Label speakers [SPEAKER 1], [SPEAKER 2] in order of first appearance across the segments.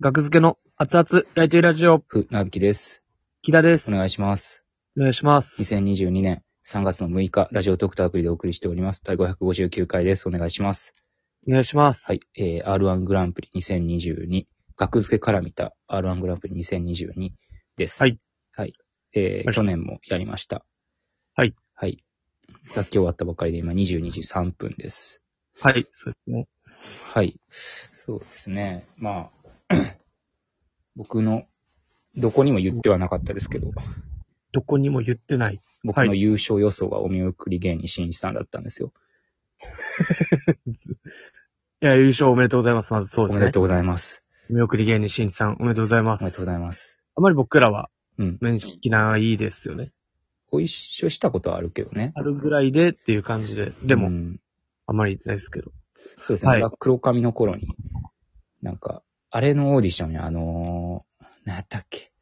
[SPEAKER 1] 学付けの熱々ライトラジオ、
[SPEAKER 2] ふ、なびきです。
[SPEAKER 1] 木田です。
[SPEAKER 2] お
[SPEAKER 1] お
[SPEAKER 2] 願いします。
[SPEAKER 1] 願いします。
[SPEAKER 2] 2022年3月の6日、ラジオドクターアプリでお送りしております。第559回です。お願いします。
[SPEAKER 1] お願いします。
[SPEAKER 2] はい。えー、R1 グランプリ2022、学付けから見た R1 グランプリ2022です。
[SPEAKER 1] はい。
[SPEAKER 2] はい。え
[SPEAKER 1] お願
[SPEAKER 2] ー、
[SPEAKER 1] いします
[SPEAKER 2] 去年もやりました。
[SPEAKER 1] はい。
[SPEAKER 2] はい。さっき終わったばかりで今22時3分です。
[SPEAKER 1] はい。そうですね。
[SPEAKER 2] はい。そうですね。まあ、 僕の、どこにも言ってはなかったですけど、
[SPEAKER 1] どこにも言ってない。
[SPEAKER 2] 僕の優勝予想はお見送り芸人しんいちさんだったんですよ。
[SPEAKER 1] いや、優勝おめでとうございます。まずそうです
[SPEAKER 2] おめで
[SPEAKER 1] ね
[SPEAKER 2] と。うございます。
[SPEAKER 1] 見送り芸人しんいちさん、おめでとうございま。
[SPEAKER 2] おめですとうございます。
[SPEAKER 1] あまり僕らは
[SPEAKER 2] うん。
[SPEAKER 1] 面識ないですよね。
[SPEAKER 2] ご一緒したことはあるけどね。
[SPEAKER 1] あるぐらいでっていう感じで、でも、
[SPEAKER 2] うん
[SPEAKER 1] あまりないですけど。
[SPEAKER 2] そうですね。
[SPEAKER 1] はい
[SPEAKER 2] 僕は黒髪の頃に、なんか、あれのオーディションや、あのー、何やったっけ。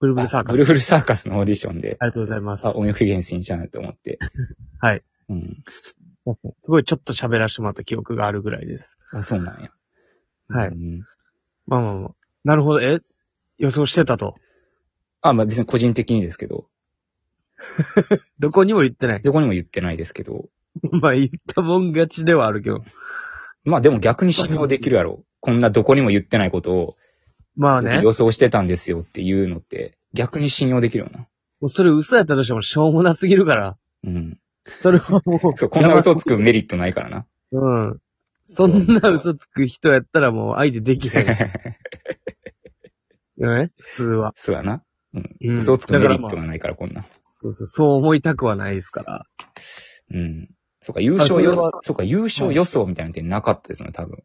[SPEAKER 1] ブル
[SPEAKER 2] ブ
[SPEAKER 1] ブルサーカ
[SPEAKER 2] ブル
[SPEAKER 1] ス。
[SPEAKER 2] ブルサーカスのオーディションで、
[SPEAKER 1] ありがとうございます
[SPEAKER 2] あ、。お見送り芸人しんいちさんだと思って。
[SPEAKER 1] はい。
[SPEAKER 2] うん。
[SPEAKER 1] すごいちょっと喋らせてもらった記憶があるぐらいです。
[SPEAKER 2] あ、そうなんや。
[SPEAKER 1] はい
[SPEAKER 2] うん
[SPEAKER 1] まあまあまあ。なるほど。え予想してたと。
[SPEAKER 2] あ、まあ別に個人的にですけど、
[SPEAKER 1] どこにも言って ない。
[SPEAKER 2] どこにも言ってないですけど、
[SPEAKER 1] まあ言ったもん勝ちではあるけど。
[SPEAKER 2] まあでも逆に信用できるやろ。こんなどこにも言ってないことを、
[SPEAKER 1] まあね。
[SPEAKER 2] 予想してたんですよっていうのって、逆に信用できるよな。
[SPEAKER 1] もうそれ嘘やったとしてもしょうもなすぎるから。
[SPEAKER 2] うん。
[SPEAKER 1] それはもう。
[SPEAKER 2] そう、こんな嘘
[SPEAKER 1] つ
[SPEAKER 2] つくメリットないからな。
[SPEAKER 1] うん。そんな嘘つく人やったらもう相手できへん。よね普通は。
[SPEAKER 2] そうやな。うん。
[SPEAKER 1] うん
[SPEAKER 2] 嘘つくメリッ
[SPEAKER 1] だ
[SPEAKER 2] ト
[SPEAKER 1] から
[SPEAKER 2] がないから、こんな。
[SPEAKER 1] そうそう、そう思いたくはないですから。
[SPEAKER 2] うん。そうか、優勝予
[SPEAKER 1] あそれ
[SPEAKER 2] 想、そうか、優勝予想みたいなのってなかったですよね、多分。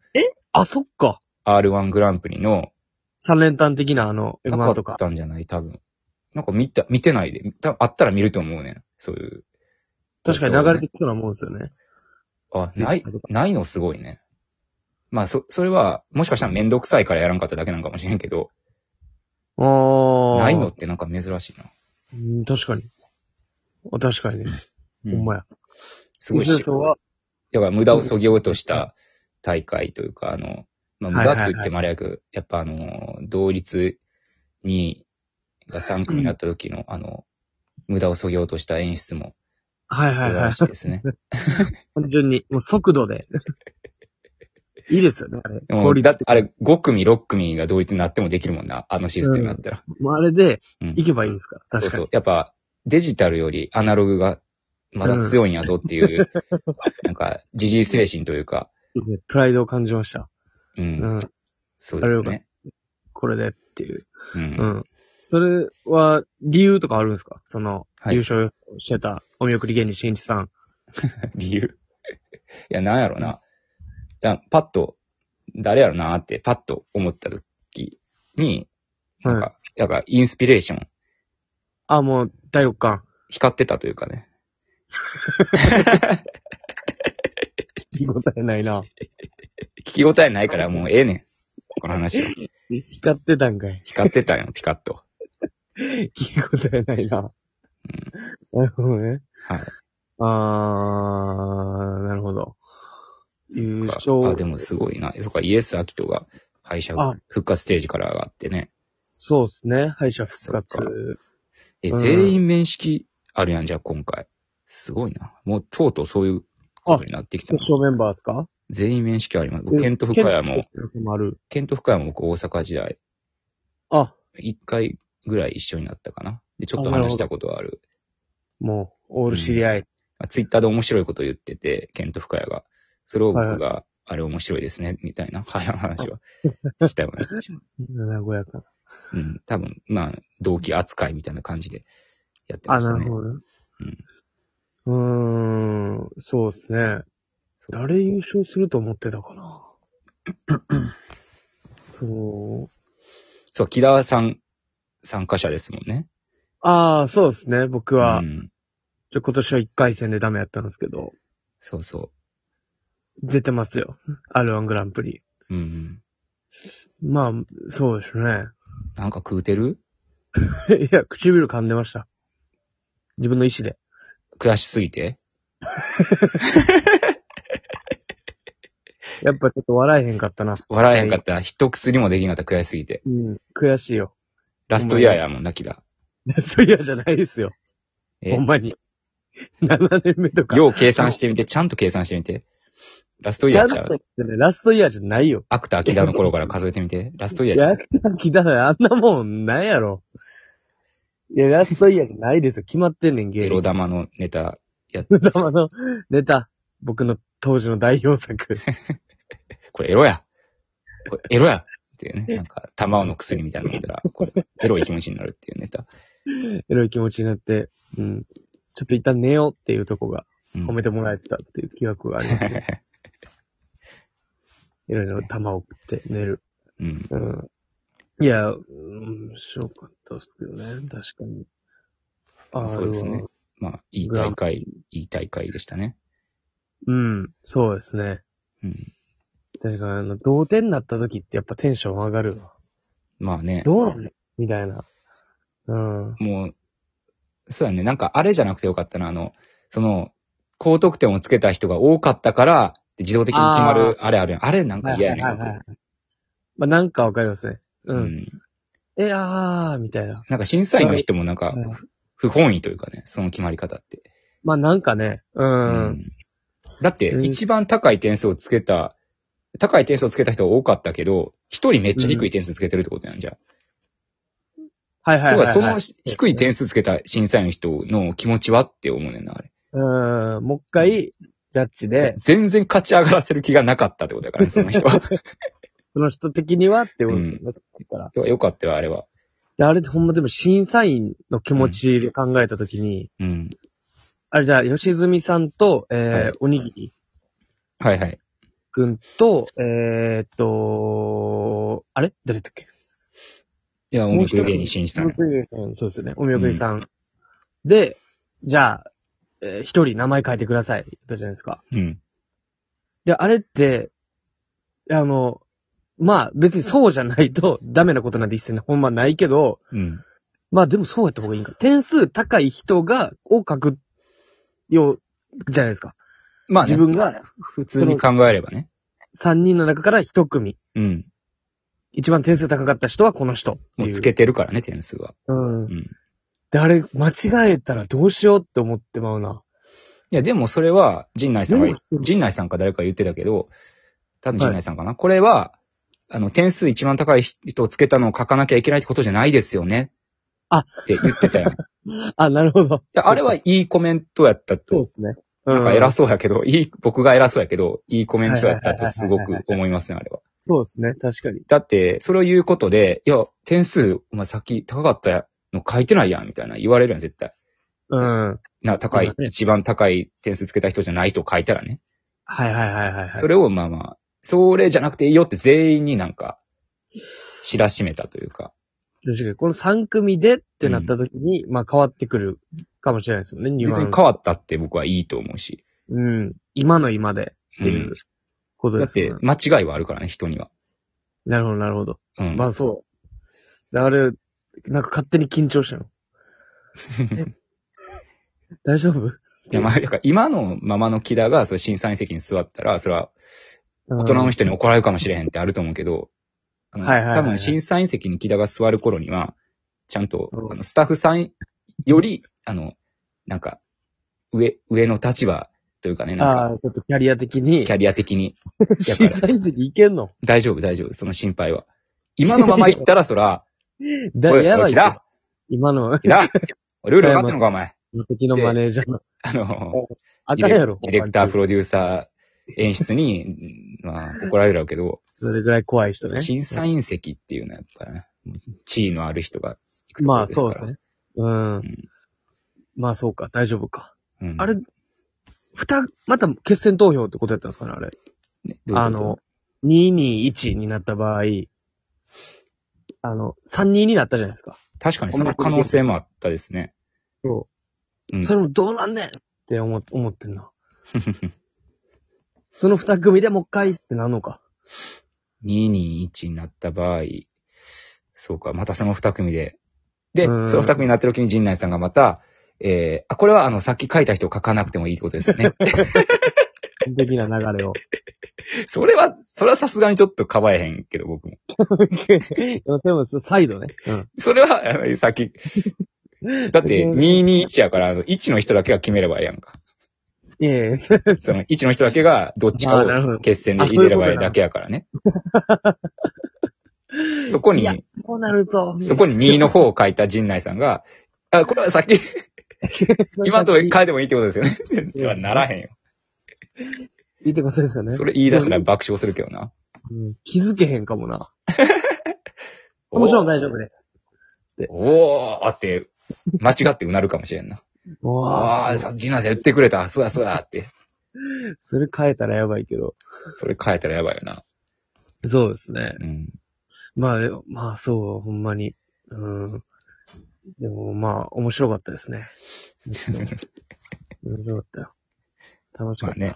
[SPEAKER 1] あ、そっか。
[SPEAKER 2] R1 グランプリの、
[SPEAKER 1] 三連単的なあの、
[SPEAKER 2] な
[SPEAKER 1] M1 と
[SPEAKER 2] かっ
[SPEAKER 1] か。
[SPEAKER 2] たんじゃない、多分。なんか見た、見てないで。多分あったら見ると思うねん。そういう。
[SPEAKER 1] 確かに流れてきそうなもんですよね。
[SPEAKER 2] あ、ない
[SPEAKER 1] ツイッターと、
[SPEAKER 2] ないのすごいね。まあ、そ、それは、もしかしたらめんどくさいからやらんかっただけなんかもしれんけど、
[SPEAKER 1] あー。
[SPEAKER 2] ないのってなんか珍しいな。
[SPEAKER 1] うん、確かに。あ確かにね。
[SPEAKER 2] う
[SPEAKER 1] ほんまや。
[SPEAKER 2] すごい
[SPEAKER 1] 優
[SPEAKER 2] し
[SPEAKER 1] 勝。は、
[SPEAKER 2] だから無駄を削ぎ落とした大会というか、あの、まあ、無
[SPEAKER 1] はいはいはい
[SPEAKER 2] 駄と言ってもあれやけど、やっぱあの、同日に、が3組になった時の、あの、無駄を削ぎ落とした演出も
[SPEAKER 1] はい
[SPEAKER 2] 素
[SPEAKER 1] はい
[SPEAKER 2] 晴
[SPEAKER 1] はい
[SPEAKER 2] ら。しいですね。
[SPEAKER 1] 単純に、もう速度 で。いいですよね、あれ。
[SPEAKER 2] でも
[SPEAKER 1] 効率
[SPEAKER 2] だってあれ5組、6組が同日になってもできるもんな、あのシステムになったら。
[SPEAKER 1] もうあれで、
[SPEAKER 2] うん
[SPEAKER 1] 行けばいいんですから。
[SPEAKER 2] そう
[SPEAKER 1] 確か
[SPEAKER 2] そ
[SPEAKER 1] に。
[SPEAKER 2] う。やっぱデジタルよりアナログがまだ強いんやぞっていう、なんか、じじい精神というか、
[SPEAKER 1] いいですねプライドを感じました。
[SPEAKER 2] う、
[SPEAKER 1] うんん。
[SPEAKER 2] そうですね。
[SPEAKER 1] これでっていう。
[SPEAKER 2] うん
[SPEAKER 1] うん。それは、理由とかあるんですかその、
[SPEAKER 2] はい
[SPEAKER 1] 優勝してたお見送り芸人しんいちさん。
[SPEAKER 2] 理由。いや、なんやろな。いや、パッと、誰やろなって、パッと思った時に、なん
[SPEAKER 1] はい。
[SPEAKER 2] か、やっぱインスピレーション、
[SPEAKER 1] あ、もう、第6巻。
[SPEAKER 2] 光ってたというかね。
[SPEAKER 1] 聞き応えないな。
[SPEAKER 2] 聞き応えないからもうええねん。この話は。
[SPEAKER 1] 光ってたんかい。
[SPEAKER 2] 光ってたよ、ピカッと。
[SPEAKER 1] 聞き応えないな。なるほどね。
[SPEAKER 2] はい。
[SPEAKER 1] あー、なるほど。優
[SPEAKER 2] あ、で
[SPEAKER 1] 勝。
[SPEAKER 2] もすごいな。そっか、イエス・アキトが敗者
[SPEAKER 1] あ
[SPEAKER 2] 復活ステージから上がってね。
[SPEAKER 1] そうですね。敗者復活
[SPEAKER 2] そっ。え、
[SPEAKER 1] うん
[SPEAKER 2] 全員面識あるやん、じゃあ今回。すごいな。もうとうとうそういうことになってきたな。
[SPEAKER 1] 決勝メンバーですか
[SPEAKER 2] 全員面識あります。僕ケント・フカヤも。
[SPEAKER 1] ケントもある。
[SPEAKER 2] ケント・フカヤも僕大阪時代、
[SPEAKER 1] あ、
[SPEAKER 2] 一回ぐらい一緒になったかな。で、ちょっと話したことはある。
[SPEAKER 1] もう、オール知り合い。
[SPEAKER 2] あツイッターで面白いこと言ってて、ケント・フカヤが。それを僕が、あれ面白いですね、みたいな、 早い 話はしたような気がします。
[SPEAKER 1] 和やか
[SPEAKER 2] うん。多分、まあ、同期扱いみたいな感じでやって
[SPEAKER 1] な。
[SPEAKER 2] ま
[SPEAKER 1] あ、
[SPEAKER 2] した
[SPEAKER 1] な
[SPEAKER 2] ね。
[SPEAKER 1] るほどね。うん。うーん、そうですね。
[SPEAKER 2] そう
[SPEAKER 1] 誰優勝すると思ってたかな。 そう。
[SPEAKER 2] そう、木田さん、参加者ですもんね。
[SPEAKER 1] ああ、そうですね。僕
[SPEAKER 2] う
[SPEAKER 1] は、
[SPEAKER 2] ん。
[SPEAKER 1] ちょ今年は1回戦でダメやったんですけど、
[SPEAKER 2] そうそ
[SPEAKER 1] 出てますよ。R1 グランプリ。
[SPEAKER 2] う。うん。
[SPEAKER 1] まあ、そうですね。
[SPEAKER 2] なんか食うてる
[SPEAKER 1] いや、唇噛んでました。自分の意思で。
[SPEAKER 2] 悔しすぎて
[SPEAKER 1] やっぱちょっと笑えへんかったな。
[SPEAKER 2] 笑えへんかったな。一薬もできんかった、悔しすぎて。
[SPEAKER 1] うん。悔しいよ。
[SPEAKER 2] ラストイヤーやもんな、キラ。
[SPEAKER 1] そういやじゃないですよ。
[SPEAKER 2] え
[SPEAKER 1] ほんまに。7年目とか。
[SPEAKER 2] よう計算してみて、ちゃんと計算してみて。ラストイ
[SPEAKER 1] ちゃ
[SPEAKER 2] ヤー
[SPEAKER 1] ん
[SPEAKER 2] ちゃ
[SPEAKER 1] と
[SPEAKER 2] う。
[SPEAKER 1] 言ってね、ラストイヤーじゃないよ。
[SPEAKER 2] アクターキラの頃から数えてみて。 ラストイヤー
[SPEAKER 1] い
[SPEAKER 2] ちゃ
[SPEAKER 1] や、
[SPEAKER 2] う。
[SPEAKER 1] 秋田聞いたらあんなもんないやろ。いや、ラストイヤーじゃないですよ。決まってんねん、ゲ
[SPEAKER 2] エ
[SPEAKER 1] ーム。
[SPEAKER 2] ロ 玉のネタ。
[SPEAKER 1] 玉のネタ。僕の当時の代表作。
[SPEAKER 2] これエロや。これエロや。ってい うね。なんか、玉をの薬みたいなの飲んだら、これ、エロい気持ちになるっていうネタ。
[SPEAKER 1] エロい気持ちになって、うん。ちょっと一旦寝ようっていうとこが
[SPEAKER 2] うん
[SPEAKER 1] 褒めてもらえてたっていう記憶があり ますね。エロいの玉を送って寝る。
[SPEAKER 2] うん。
[SPEAKER 1] うん。いや、うん、面白かったっすけどね。確かに。あ
[SPEAKER 2] そうですね
[SPEAKER 1] あれは
[SPEAKER 2] まあ、いい大会、いい大会でしたね。
[SPEAKER 1] うん、そうですね。
[SPEAKER 2] うん。
[SPEAKER 1] 確かに、あの、同点になった時ってやっぱテンション上がるわ。
[SPEAKER 2] まあね。
[SPEAKER 1] どうなんみたいな。うん。
[SPEAKER 2] もう、そうやね。なんか、あれじゃなくてよかったな。あの、その、高得点をつけた人が多かったから、自動的に決まる、あれあるやん。あれなんか嫌やねん。
[SPEAKER 1] はいはいはいはい。まあ、なんかわかりますね。う。
[SPEAKER 2] うんん。
[SPEAKER 1] え、あー、みたいな。
[SPEAKER 2] なんか審査員の人もなんか
[SPEAKER 1] うん、
[SPEAKER 2] 不本意というかね、その決まり方って。
[SPEAKER 1] まあ、なんかね。う。。
[SPEAKER 2] うんだって、
[SPEAKER 1] うん
[SPEAKER 2] 一番高い点数をつけた、高い点数をつけた人が多かったけど、一人めっちゃ低い点数つけてるってことなんじゃん。
[SPEAKER 1] はいはいはい、
[SPEAKER 2] と
[SPEAKER 1] は
[SPEAKER 2] か、
[SPEAKER 1] い。
[SPEAKER 2] その低い点数つけた審査員の人の気持ちはって思うねんな、あれ。
[SPEAKER 1] うん。もう一回、ジャッジで、
[SPEAKER 2] 全然勝ち上がらせる気がなかったってこと だからね、その人は。
[SPEAKER 1] その人的にはってこと
[SPEAKER 2] うん
[SPEAKER 1] まあそうだから。
[SPEAKER 2] よかったよ、あれは。
[SPEAKER 1] で、あれってほんまでも審査員の気持ちで考えたときに、
[SPEAKER 2] うん。
[SPEAKER 1] あれじゃあ、吉住さんと、えー
[SPEAKER 2] はい
[SPEAKER 1] おにぎり
[SPEAKER 2] はいはい。
[SPEAKER 1] くんと、えー、っと、あれ誰だっけ
[SPEAKER 2] いや、音
[SPEAKER 1] もう一
[SPEAKER 2] 楽
[SPEAKER 1] 人
[SPEAKER 2] 芸人しんじさ
[SPEAKER 1] お見
[SPEAKER 2] ん。
[SPEAKER 1] 送りさんそうですね。お見送りさん。で、じゃあ、えー一人名前書いてください。言ったじゃないですか。
[SPEAKER 2] うん。
[SPEAKER 1] で、あれって、あの、まあ別にそうじゃないとダメなことなんて一切ほんまないけど、
[SPEAKER 2] うん。
[SPEAKER 1] まあでもそうやった方がいいんか。点数高い人が、を書くよう、じゃないですか。
[SPEAKER 2] まあね、
[SPEAKER 1] 自分が
[SPEAKER 2] 普通に考えればね。
[SPEAKER 1] 三人の中から一組。
[SPEAKER 2] うん。
[SPEAKER 1] 一番点数高かった人はこの人って
[SPEAKER 2] も
[SPEAKER 1] いうう。
[SPEAKER 2] つけてるからね、点数は。
[SPEAKER 1] うん
[SPEAKER 2] う。ん。
[SPEAKER 1] で、あれ、間違えたらどうしようって思ってまうな。
[SPEAKER 2] いや、でもそれは、陣内さんが
[SPEAKER 1] でもう、ん
[SPEAKER 2] 陣内さんか誰かが言ってたけど、多分陣内さんかな、これは、あの、点数一番高い人をつけたのを書かなきゃいけないってことじゃないですよね。
[SPEAKER 1] あ
[SPEAKER 2] って言ってた よね。い
[SPEAKER 1] あ、なるほど。
[SPEAKER 2] やあれはいいコメントやった
[SPEAKER 1] そう
[SPEAKER 2] と
[SPEAKER 1] で。すね。な
[SPEAKER 2] なんか偉そうやけど、いい、僕が偉そうやけど、いいコメントやったとすごく思いますね、あれは。
[SPEAKER 1] そうですね、確かに。
[SPEAKER 2] だって、それを言うことで、いや、点数、お前さっき高かったの書いてないやん、みたいな言われるやん、絶対。
[SPEAKER 1] うん。はい
[SPEAKER 2] な、高
[SPEAKER 1] そ
[SPEAKER 2] いう
[SPEAKER 1] だ、ね
[SPEAKER 2] 一番高い点数つけた人じゃないと書いたらね。
[SPEAKER 1] はいはいはいはい。
[SPEAKER 2] それをまあまあ、それじゃなくていいよって全員になんか、知らしめたというか。
[SPEAKER 1] 確かに、この3組でってなった時に、まあ変わってくるかもしれないですよね、ニュ
[SPEAKER 2] 別
[SPEAKER 1] ア
[SPEAKER 2] に
[SPEAKER 1] ンス
[SPEAKER 2] 変わったって僕はいいと思うし。
[SPEAKER 1] うん。今の今でっていううことで
[SPEAKER 2] だっ
[SPEAKER 1] すね。
[SPEAKER 2] て、間違いはあるからね、人には。
[SPEAKER 1] なるほどなるほど。
[SPEAKER 2] うん。
[SPEAKER 1] まあそう。であれ、なんか勝手に緊張 したの。え大丈夫
[SPEAKER 2] いやまあ、だから今のままの木田が、その審査員席に座ったら、それは
[SPEAKER 1] 大
[SPEAKER 2] 大人の人に怒られるかもしれへんってあると思うけど、あの
[SPEAKER 1] はいはいはいは
[SPEAKER 2] 多
[SPEAKER 1] い
[SPEAKER 2] 分審査員席に木田が座る頃には、ちゃんと
[SPEAKER 1] うん、
[SPEAKER 2] あの、スタッフさんより、あの、なんか、上、上の立場というかね、なん
[SPEAKER 1] あ
[SPEAKER 2] か、
[SPEAKER 1] あ、ちょっとキャリア的に
[SPEAKER 2] キ、ャリア的に、やから
[SPEAKER 1] 審査員席いけんの
[SPEAKER 2] 大丈夫、大丈夫、その心配は。今のまま行ったら、そ ら、
[SPEAKER 1] だ、
[SPEAKER 2] おい
[SPEAKER 1] やば
[SPEAKER 2] おい
[SPEAKER 1] い
[SPEAKER 2] キ。ラ
[SPEAKER 1] 今の、
[SPEAKER 2] キラルール分かってんのか、お前。
[SPEAKER 1] 敵のマネージャーの。
[SPEAKER 2] あの、
[SPEAKER 1] あ
[SPEAKER 2] デ
[SPEAKER 1] かんやろ。
[SPEAKER 2] ィレクター、プ
[SPEAKER 1] ロ。
[SPEAKER 2] ロデューサー、演 出に、まあ、怒られるやろうけど、
[SPEAKER 1] それぐらい怖い人ね。
[SPEAKER 2] 審査員席っていうのは、やっぱね、地位のある人が行くとこ
[SPEAKER 1] ま
[SPEAKER 2] ろ
[SPEAKER 1] あ
[SPEAKER 2] ですから。
[SPEAKER 1] そうですね。うん。
[SPEAKER 2] ん
[SPEAKER 1] まあそうか、大丈夫か。
[SPEAKER 2] うん。
[SPEAKER 1] あれ、ふた、また決選投票ってことやったんですかね、あれ。
[SPEAKER 2] ねどういうこと
[SPEAKER 1] あの、、221になった場合、あの、32になったじゃないですか。
[SPEAKER 2] 確かにその可能性もあったですね。
[SPEAKER 1] そうう。
[SPEAKER 2] ん
[SPEAKER 1] それもどうなんねんって思思って んな。その二組でもう一回ってなんのか。
[SPEAKER 2] 221になった場合、そうか、またその二組で。で、そ
[SPEAKER 1] うん
[SPEAKER 2] の二組になってる時に陣内さんがまた、えー、あ、これはあの、さっき書いた人を書かなくてもいいってことですよね。
[SPEAKER 1] 完璧な流れを。
[SPEAKER 2] それは、それはさすがにちょっとかばえへんけど、僕も。
[SPEAKER 1] でも、でもサイドね。うん。
[SPEAKER 2] それは、 あのさっき。だって、221やから、あの1の人だけが決めればええやんか。
[SPEAKER 1] いやいや、そう
[SPEAKER 2] その1の人だけがどっちか
[SPEAKER 1] あーなるほ
[SPEAKER 2] を
[SPEAKER 1] ど
[SPEAKER 2] 決戦で入れればええだけやからね。そこ
[SPEAKER 1] いや
[SPEAKER 2] に、
[SPEAKER 1] こうなると。
[SPEAKER 2] そこに2の方を書いた陣内さんが、あ、これはさっき、今のとこ変えてもいいってことですよね。ではならへんよ。
[SPEAKER 1] いいってことですよね。
[SPEAKER 2] それ言い出したら爆笑するけどな。
[SPEAKER 1] うん気づけへんかもな。もちろん大丈夫です。
[SPEAKER 2] おーって、間違ってうなるかもしれんな。
[SPEAKER 1] わあ
[SPEAKER 2] ああ、、さ、ジナさん言ってくれた。そうや、そうやって。
[SPEAKER 1] それ変えたらやばいけど。
[SPEAKER 2] それ変えたらやばいよな。
[SPEAKER 1] そうですね。
[SPEAKER 2] うん。
[SPEAKER 1] まあ、でもまあそう、ほんまに。うん。でもまあ、面白かったですね。面白かったよ。楽しか
[SPEAKER 2] ま
[SPEAKER 1] った。
[SPEAKER 2] あね。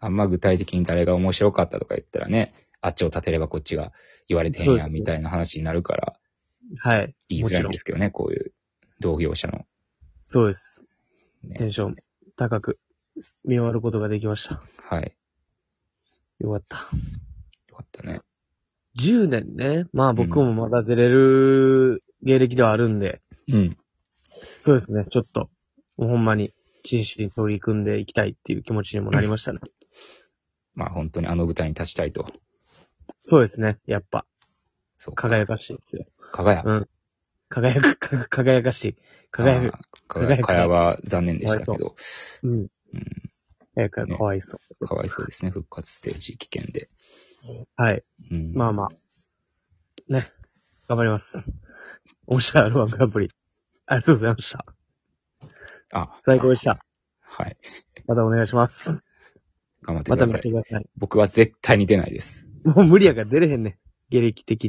[SPEAKER 2] あんま具体的に誰が面白かったとか言ったらね、あっちを立てればこっちが言われてへん
[SPEAKER 1] そうで
[SPEAKER 2] や、
[SPEAKER 1] すね
[SPEAKER 2] みたいな話になるから、
[SPEAKER 1] はい。
[SPEAKER 2] 言いづらいんですけどね、こういう同業者の。
[SPEAKER 1] そうです。テ
[SPEAKER 2] ね。
[SPEAKER 1] ンション高く見終わることができました。
[SPEAKER 2] はい。
[SPEAKER 1] よかった。
[SPEAKER 2] よかったね。
[SPEAKER 1] 10年ね。まあ僕もまだ出れる芸歴ではあるんで、
[SPEAKER 2] うん。
[SPEAKER 1] そうですね。ちょっと、もうほんまに真摯に取り組んでいきたいっていう気持ちにもなりましたね。
[SPEAKER 2] まあ本当にあの舞台に立ちたいと。
[SPEAKER 1] そうですね。やっぱ、
[SPEAKER 2] そうか。
[SPEAKER 1] 輝かしいですよ。
[SPEAKER 2] 輝く。
[SPEAKER 1] うん輝 く、か輝かしい。輝く。
[SPEAKER 2] あー輝く。
[SPEAKER 1] 輝く
[SPEAKER 2] 輝は残念でしたけど。
[SPEAKER 1] うん。
[SPEAKER 2] うん。
[SPEAKER 1] 輝くかわいそう。
[SPEAKER 2] かわいそうですね、復活ステージ危険で。
[SPEAKER 1] はい。
[SPEAKER 2] うん。
[SPEAKER 1] まあまあ。ね。頑張ります。面白いアルバムグランプリ。ありがとうございました。
[SPEAKER 2] あ。あ
[SPEAKER 1] 最高でした。
[SPEAKER 2] はい。
[SPEAKER 1] またお願いします。
[SPEAKER 2] 頑張って
[SPEAKER 1] また
[SPEAKER 2] くだ
[SPEAKER 1] 見
[SPEAKER 2] さい
[SPEAKER 1] て。ください。
[SPEAKER 2] 僕は絶対に出ないです。
[SPEAKER 1] もう無理やから出れへんねん。下歴的に